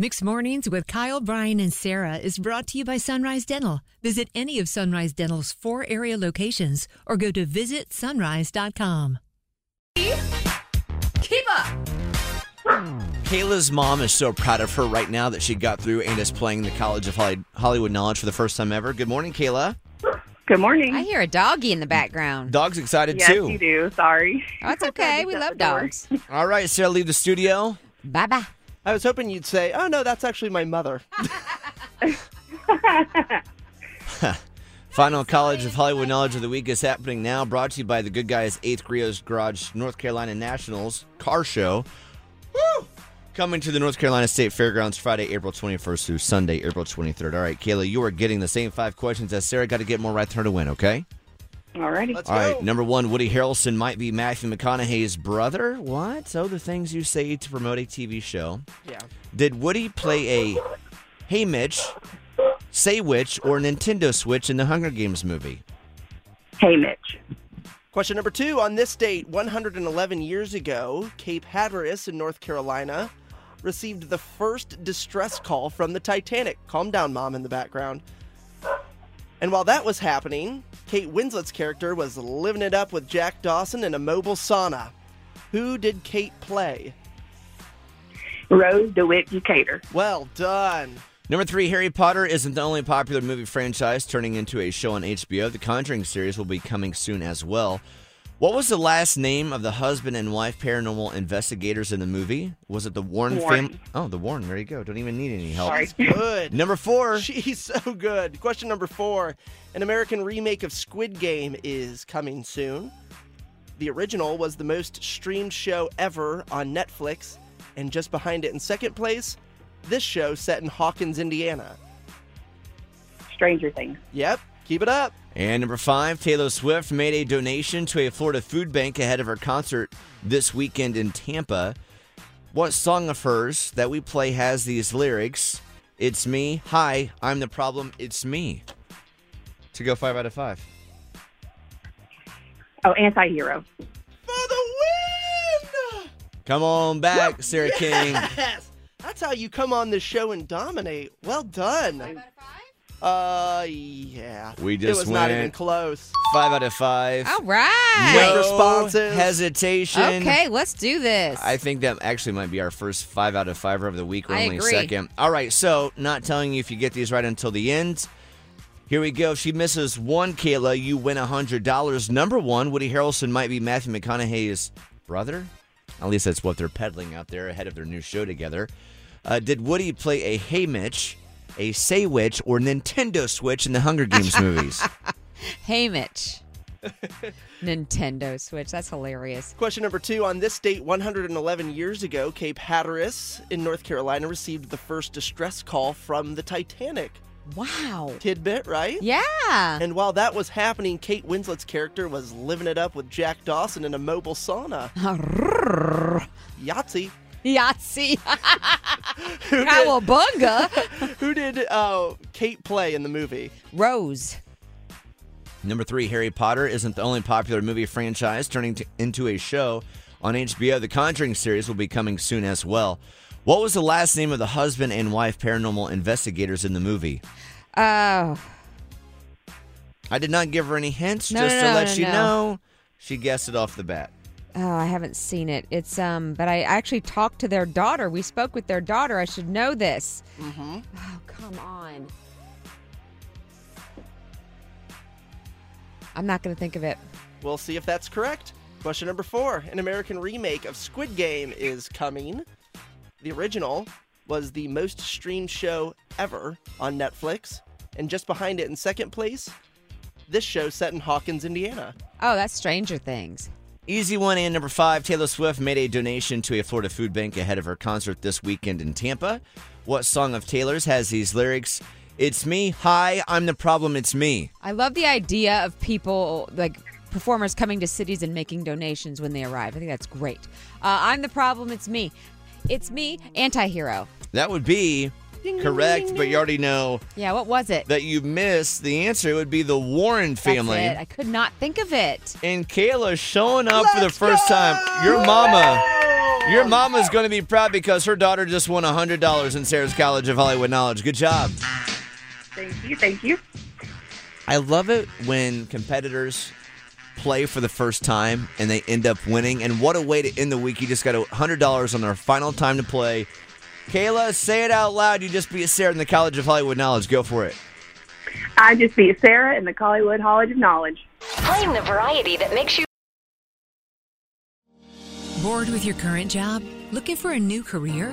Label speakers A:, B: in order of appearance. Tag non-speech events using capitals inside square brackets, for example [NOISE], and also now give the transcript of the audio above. A: Mixed Mornings with Kyle, Brian, and Sarah is brought to you by Sunrise Dental. Visit any of Sunrise Dental's four area locations or go to visitsunrise.com.
B: Keep up.
C: Kayla's mom is so proud of her right now that she got through and is playing the College of Holly- Hollywood Knowledge for the first time ever. Good morning, Kayla.
D: Good morning.
B: I hear a doggy in the background.
C: Dog's excited
D: yes,
C: too.
D: you do. Sorry.
B: Oh,
D: [LAUGHS]
B: it's okay. We love dogs.
C: All right, Sarah, leave the studio.
B: Bye bye.
E: I was hoping you'd say, "Oh no, that's actually my mother."
C: Final College of Hollywood Knowledge of the Week is happening now, brought to you by the good guys, 8th Griot's Garage, North Carolina Nationals Car Show. Woo! Coming to the North Carolina State Fairgrounds Friday, April 21st through Sunday, April 23rd. All right, Kayla, you are getting the same five questions as Sarah. Got to get more right there to win, okay?
D: Alrighty.
E: Let's
C: All
E: go.
C: right, number one, Woody Harrelson might be Matthew McConaughey's brother. What? Oh, the things you say to promote a TV show.
E: yeah.
C: Did Woody play a Hey Mitch, Say Which, or Nintendo Switch in the Hunger Games movie?
D: Hey, Mitch.
E: Question number two: On this date, 111 years ago, Cape Hatteras in North Carolina received the first distress call from the Titanic. Calm down, mom, in the background. And while that was happening, Kate Winslet's character was living it up with Jack Dawson in a mobile sauna. Who did Kate play?
D: Rose DeWitt Decatur.
E: Well done.
C: Number three, Harry Potter isn't the only popular movie franchise turning into a show on HBO. The Conjuring series will be coming soon as well. What was the last name of the husband and wife paranormal investigators in the movie? Was it the Warren,
D: Warren.
C: family? Oh, the Warren. There you go. Don't even need any help.
D: Sorry.
E: Good.
C: Number four.
E: [LAUGHS] She's so good. Question number four An American remake of Squid Game is coming soon. The original was the most streamed show ever on Netflix, and just behind it in second place, this show set in Hawkins, Indiana.
D: Stranger Things.
E: Yep, keep it up.
C: And number five, Taylor Swift made a donation to a Florida food bank ahead of her concert this weekend in Tampa. What song of hers that we play has these lyrics? It's me. Hi, I'm the problem. It's me. To go five out of five.
D: Oh, anti-hero.
E: For the win!
C: Come on back, Sarah King.
E: Yes! That's how you come on this show and dominate. Well done. Five out of five? Uh, yeah.
C: We
E: It
C: just
E: was not
C: went-
E: even close.
C: Five out of five.
B: All right.
C: No
E: responses.
C: Hesitation.
B: Okay, let's do this.
C: I think that actually might be our first five out of five of the week. We're
B: I
C: only
B: agree.
C: second. All right, so not telling you if you get these right until the end. Here we go. If she misses one, Kayla, you win $100. Number one, Woody Harrelson might be Matthew McConaughey's brother. At least that's what they're peddling out there ahead of their new show together. Uh, did Woody play a Hey Mitch, a Say Witch, or Nintendo Switch in the
B: [LAUGHS]
C: Hunger Games movies?
B: hey, Mitch. Nintendo Switch. That's hilarious.
E: Question number two. On this date, 111 years ago, Cape Hatteras in North Carolina received the first distress call from the Titanic.
B: Wow.
E: Tidbit, right?
B: Yeah.
E: And while that was happening, Kate Winslet's character was living it up with Jack Dawson in a mobile sauna. Yahtzee.
B: [LAUGHS] Yahtzee. Cowabunga.
E: Who did uh, Kate play in the movie?
B: Rose.
C: Number three, Harry Potter isn't the only popular movie franchise turning to, into a show on HBO. The Conjuring series will be coming soon as well. What was the last name of the husband and wife paranormal investigators in the movie?
B: Oh,
C: I did not give her any hints,
B: No,
C: just
B: no,
C: to
B: no,
C: let
B: no,
C: you
B: no.
C: know. She guessed it off the bat.
B: oh, I haven't seen it. It's um, but I actually talked to their daughter. We spoke with their daughter. I should know this. Mm-hmm. Oh, come on. I'm not going to think of it.
E: We'll see if that's correct. Question number four An American remake of Squid Game is coming. The original was the most streamed show ever on Netflix. And just behind it in second place, this show set in Hawkins, Indiana.
B: Oh, that's Stranger Things.
C: Easy one and number five, Taylor Swift made a donation to a Florida food bank ahead of her concert this weekend in Tampa. What song of Taylor's has these lyrics? It's me, hi, I'm the problem, it's me.
B: I love the idea of people like performers coming to cities and making donations when they arrive. I think that's great. Uh, I'm the problem. It's me. It's me, anti-hero.
C: That would be correct, but you already know
B: Yeah, what was it?
C: that you missed. The answer would be the Warren
B: That's
C: family.
B: it. I could not think of it.
C: And Kayla showing up for the first time. Your mama Your mama's going to be proud because her daughter just won $100 in Sarah's College of Hollywood Knowledge. Good job.
D: Thank you. Thank you.
C: I love it when competitors play for the first time and they end up winning. And what a way to end the week. You just got $100 on their final time to play. Kayla, say it out loud. You just beat Sarah in the College of Hollywood Knowledge. Go for it.
D: I just beat Sarah in the Hollywood College of Knowledge.
F: Playing the variety that makes you
A: Bored with your current job? Looking for a new career?